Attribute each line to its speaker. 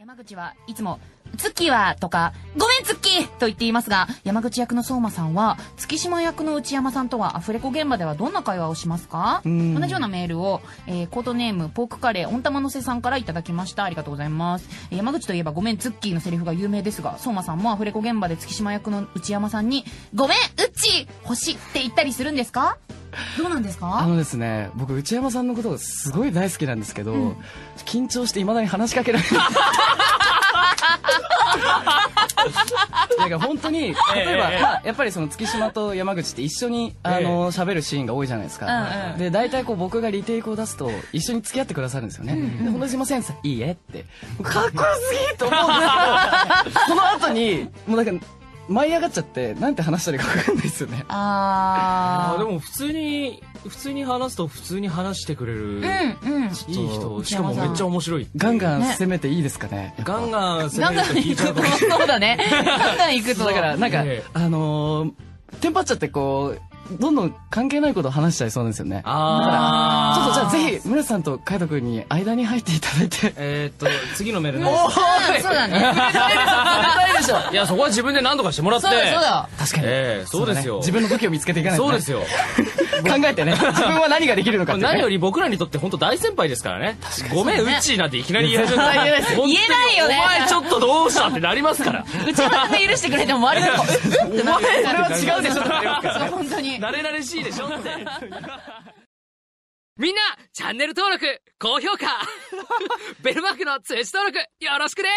Speaker 1: 山口はいつも、月はとか、ごめん月と言っていますが、山口役の相馬さんは、月島役の内山さんとはアフレコ現場ではどんな会話をしますか同
Speaker 2: ん
Speaker 1: じようなメールを、えーコードネーム、ポークカレー、温玉のせさんからいただきました。ありがとうございます。えー山口といえばごめんツッキーのセリフが有名ですが、相馬さんもアフレコ現場で月島役の内山さんに、ごめん、うっちー星って言ったりするんですかどうなんです
Speaker 2: あ
Speaker 1: か
Speaker 2: のですね、僕、内山さんのことがすごい大好きなんですけど、緊張していまだに話しかけられ ない。なんか本当に、例えば、まあ、やっぱりその月島と山口って一緒に、あの、喋るシーンが多いじゃないです
Speaker 1: うん
Speaker 2: か。
Speaker 1: うん
Speaker 2: で、大体こう僕がリテイクを出すと、一緒に付き合ってくださるんですよね。で、本当にすいません、さいいえって。かっこよす ぎーと思うんですけど、その後に、もうなんか、舞い上がっちゃって、なんて話したらいいかわかんないですよね。
Speaker 1: あ
Speaker 3: あで
Speaker 1: ー。
Speaker 3: も普通に普通に話すと普通に話してくれる、
Speaker 1: うん、うん。
Speaker 3: いい人しかも
Speaker 1: 内山さん
Speaker 3: めっちゃ面白い
Speaker 2: ガンガン攻めていいですかね。
Speaker 3: ガンガン攻
Speaker 1: ガン
Speaker 3: める
Speaker 1: ガ
Speaker 3: と
Speaker 1: ン
Speaker 3: 聞い
Speaker 1: 行
Speaker 3: ちゃう
Speaker 1: く
Speaker 3: か
Speaker 1: と
Speaker 3: もしれな い、
Speaker 1: そうだね。ガンガン行くと。
Speaker 2: だから、なんか
Speaker 3: ええ、
Speaker 2: あのー、テンパっちゃってこう、どんどん関係ないことを話しちゃいそうなんですよね。ちょ
Speaker 3: あ
Speaker 2: っとじゃあ
Speaker 3: ひ
Speaker 2: ぜひ、村瀬さんとカイト君に間に入っていただいて。
Speaker 3: えーっと次のメールの
Speaker 1: うんそうだね。
Speaker 3: いやそこは自分で何とかしてもらって
Speaker 1: そうだ、そうだ。
Speaker 2: 確かに。
Speaker 3: ええそうですよ
Speaker 2: だね自分の時を見つけていかないと
Speaker 3: そ
Speaker 2: ね。
Speaker 3: うですよ
Speaker 2: 考えてね。自分は何ができるのかってね。
Speaker 3: 何より僕らにとって本当大先輩ですからねごめんうっちーなんていきな り言え
Speaker 2: 絶対言えないです
Speaker 1: 言えないよね
Speaker 3: お前ちょっとどうしたってなりますか
Speaker 1: う
Speaker 3: ら
Speaker 1: ちのさんが許してくれても周りの人が、うんってなる。
Speaker 2: それは違うでしょって言いますから
Speaker 1: そう、本当に。
Speaker 3: 慣れ慣れしいでしょって
Speaker 4: みんな、 チャンネル登録、高評価、ベルマークの通知登録、よろしくね